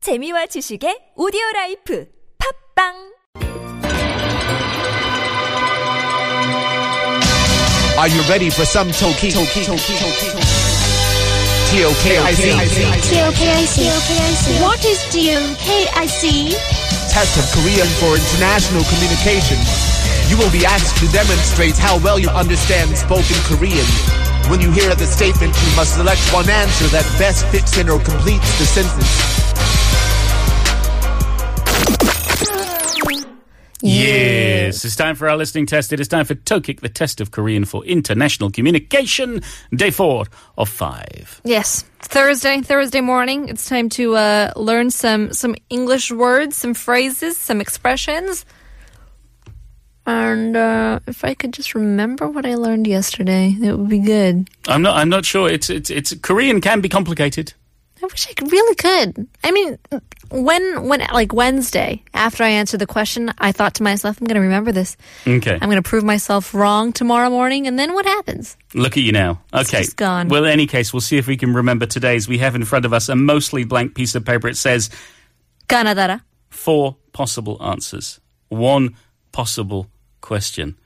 재미와 지식의 오디오 라이프 팝빵 Are you ready for some Toki? Toki. TOKIC. TOKIC. What is TOKIC? Test of Korean for International Communication. You will be asked to demonstrate how well you understand spoken Korean. When you hear the statement, you must select one answer that best fits in or completes the sentence. Yes, it's time for our listening test. It is time for Tokik, the test of Korean for international communication, day four of five. Yes, Thursday, Thursday morning. It's time to uh, learn some some English words, some phrases, some expressions. And uh, if I could just remember what I learned yesterday, it would be good. I'm not. I'm not sure. It's. It's. It's. Korean can be complicated. I wish I could, really could. I mean, when when like Wednesday after I answered the question, I thought to myself, I'm going to remember this. Okay. I'm going to prove myself wrong tomorrow morning, and then what happens? Look at you now. Okay. just gone. Well, in any case, we'll see if we can remember today's. We have in front of us a mostly blank piece of paper. It says Ganadara. four possible answers, one possible question.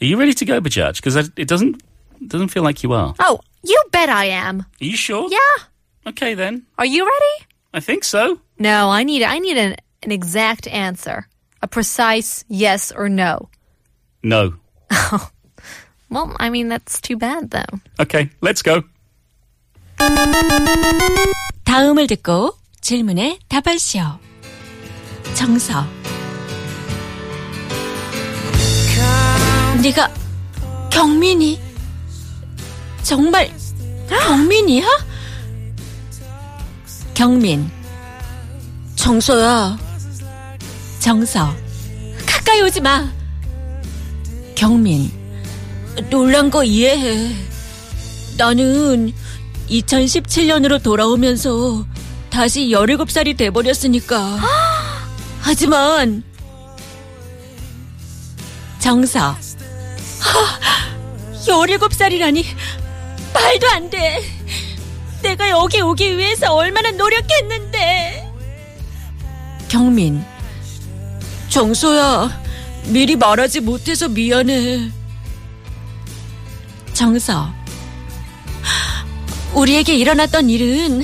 Are you ready to go, Bajaj? Because it doesn't doesn't feel like you are. Are Oh, you bet I am. you sure? Yeah. Okay then. Are you ready? I think so. No, I need I need an, an exact answer. A precise yes or no. No. Well, I mean that's too bad though. Okay, let's go. 다음을 듣고 질문에 답하시오. 정서. 네가 경민이 정말 경민이야? 경민. 정서야. 정서. 가까이 오지 마. 경민. 놀란 거 이해해. 나는 2017년으로 돌아오면서 다시 17살이 돼버렸으니까. 하지만, 정서. 하, 17살이라니, 말도 안 돼. 내가 여기 오기 위해서 얼마나 노력했는데. 경민. 정소야, 미리 말하지 못해서 미안해. 정서. 우리에게 일어났던 일은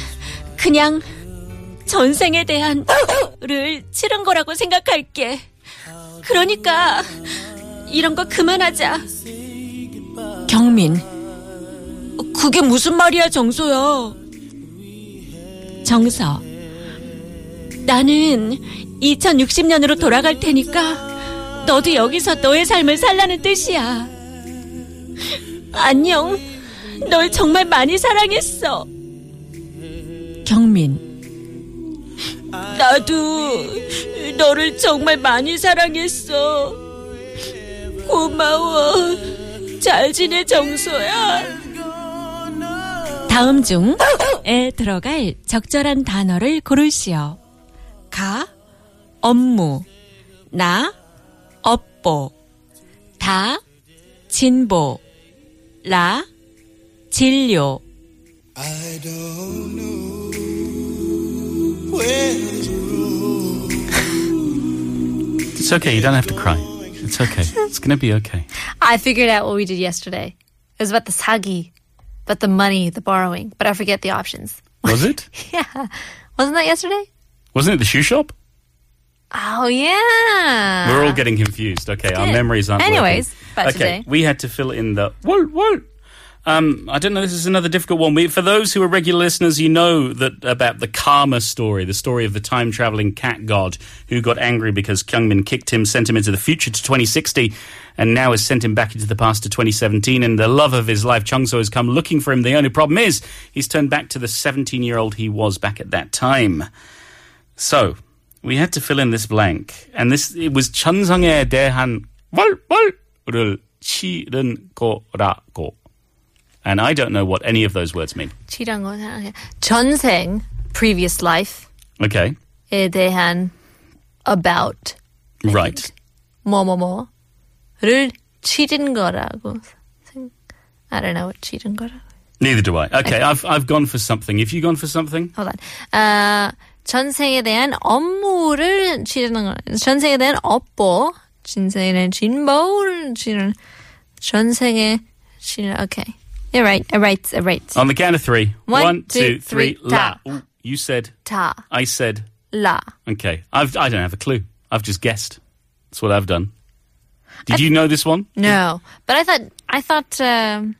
그냥 전생에 대한 를 치른 거라고 생각할게. 그러니까 이런 거 그만하자. 경민. 그게 무슨 말이야, 정소야? 정서. 나는 2060년으로 돌아갈 테니까 너도 여기서 너의 삶을 살라는 뜻이야. 안녕. 널 정말 많이 사랑했어. 경민. 나도 너를 정말 많이 사랑했어. 고마워. 잘 지내, 정소야. 다음 중에 들어갈 적절한 단어를 고르시오. 가, 업무. 나, 업보. 다, 진보. 라, 진료. It's okay. You don't have to cry. It's okay. It's going to be okay. I figured out what we did yesterday. It was about the sagi, about the money, the borrowing, but I forget the options. Was it? Yeah. Wasn't that yesterday? Wasn't it the shoe shop? Oh yeah. We're all getting confused. Okay, our good. memories aren't. Anyways, working. back to okay, today. we had to fill in the what what. Um, I don't know. This is another difficult one. We, for those who are regular listeners, you know that about the karma story, the story of the time traveling cat god who got angry because Kyungmin kicked him, sent him into the future to 2060, and now has sent him back into the past to 2017. And the love of his life, Chungso, has come looking for him. The only problem is he's turned back to the 17 year old he was back at that time. So we had to fill in this blank, and this it was 천성에 대한 월월을 치른 거라고. And I don't know what any of those words mean. 치란 건 생각해. 전생 previous life에 Okay, 대한 about right. 뭐뭐뭐를 치른 거라고. 생- I don't know what 치른 거라고. Neither do I. Okay, I've I've gone for something. Have you gone for something? Hold on. Uh, 전생에 대한 업무를 지르는 거. 전생에 대한 업보, 진생에 대한 진보를 지르는 전생에 지르. Okay, you're right. All right. All right. On the count of three. One, One, two, two, three. three, la. ta. Ooh, you said. 다, I said. 라. Okay. I've, I don't have a clue. I've just guessed. That's what I've done. Did you know this one? No, but I thought I thought um,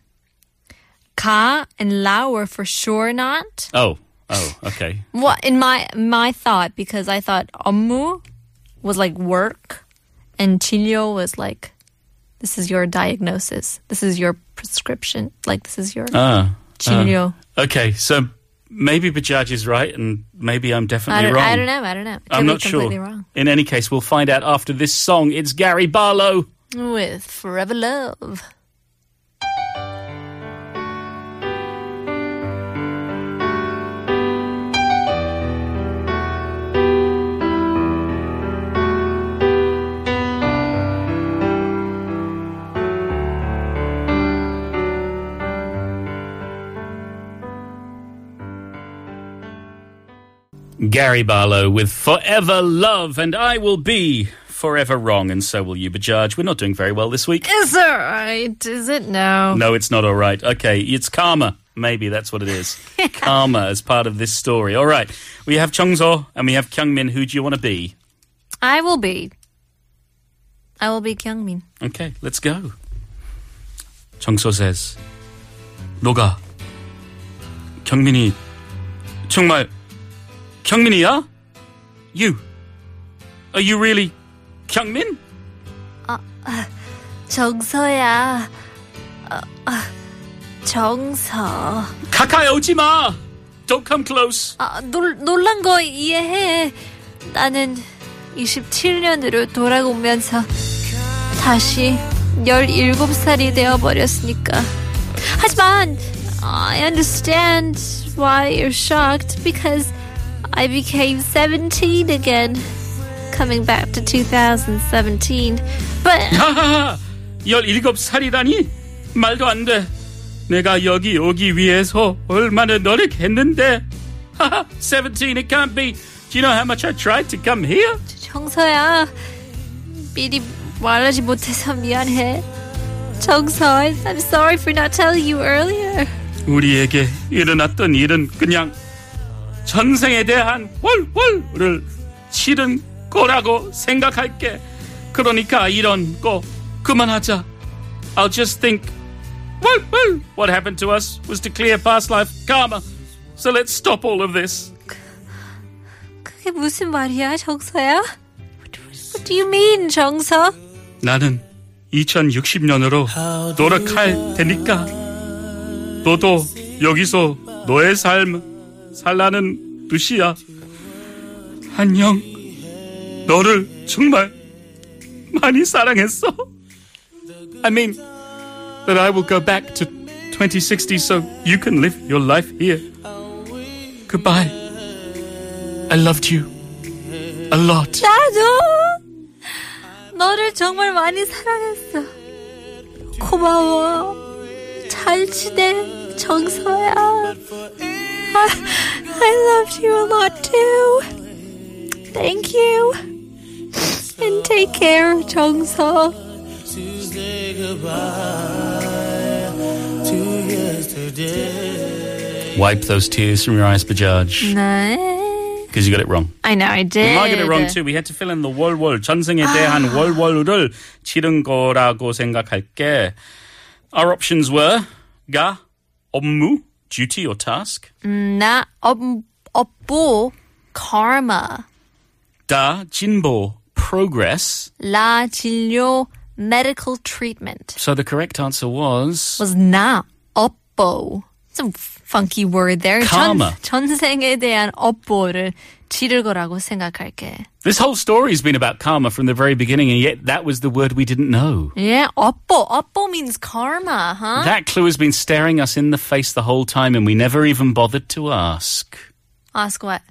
ka and la were for sure not. Oh. Oh, okay. What in my my thought because I thought omu was like work, and chilio was like this is your diagnosis, this is your prescription, like this is your Ah. chilio. Okay, so maybe Bajaj is right and maybe I'm I, definitely don't, wrong. I don't know. I don't know. It I'm could not be sure. completely wrong. In any case, we'll find out after this song. It's Gary Barlow. With forever love. Gary Barlow with Forever Love, and I will be forever wrong, and so will you, Bajaj. We're not doing very well this week. Is it right? Is it no? No, it's not all right. Okay, it's karma. Maybe that's what it is. karma as part of this story. All right, we have Chongzo and we have Kyungmin. Who do you want to be? I will be. I will be Kyungmin. Okay, let's go. 정소 says, 너가 경민이 정말 경민이야? You are you really 경민? 정서야. Uh, 정서. 가까이 오지 마. Don't come close. 아, 놀, 놀란 거 이해해. 나는 27년으로 돌아오면서 다시 17살이 되어버렸으니까. 하지만, I understand why you're shocked because I became 17 again. Coming back to 2017. But. 하하하. 17살이라니? 말도 안 돼. 내가 여기 오기 위해서 얼마나 노력했는데. 하하. 17 it can't be. Do you know how much I tried to come here? 정서야 미리 말하지 못해서 미안해 정서 I'm sorry for not telling you earlier 우리에게 일어났던 일은 그냥 전생에 대한 월월을 치른 거라고 생각할게. 그러니까 이런 거 그만하자. I'll just think 월월 what happened to us was to clear past life karma. So let's stop all of this. 그게 무슨 말이야 정서야 What do you mean 정서 나는 2060년으로 노력할 테니까 너도 여기서 너의 삶 살라는 뜻이야. 안녕. 너를 정말 많이 사랑했어. I mean that I will go back to 2060 so you can live your life here. Goodbye. I loved you a lot. 나도 너를 정말 많이 사랑했어 고마워 잘 지내 정서야 I, I loved you a lot too Thank you and take care 정서 Wipe those tears from your eyes, Bajaj. 네 Because you got it wrong. I know I did I got it wrong too. We had to fill in the 월월. 전생에 대한 월월을 치른 거라고 생각할게. Our options were 가, 업무, duty or task. 나 업, 업보 karma 다, 진보, progress. 라 진료 medical treatment So the correct answer was was 나 업보. Some funky word there. Karma. 전, 전생에 대한 업보를 지를 거라고 생각할게. this whole story has been about karma from the very beginning, and yet that was the word we didn't know. Yeah, 업보. 업보 예, means karma, huh? That clue has been staring us in the face the whole time, and we never even bothered to ask Ask what?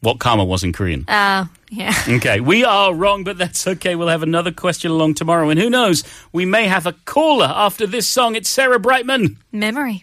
what karma was in Korean. Uh, yeah. Okay, we are wrong, but that's okay. We'll have another question along tomorrow, and who knows? We may have a caller after this song. It's Sarah Brightman. Memory.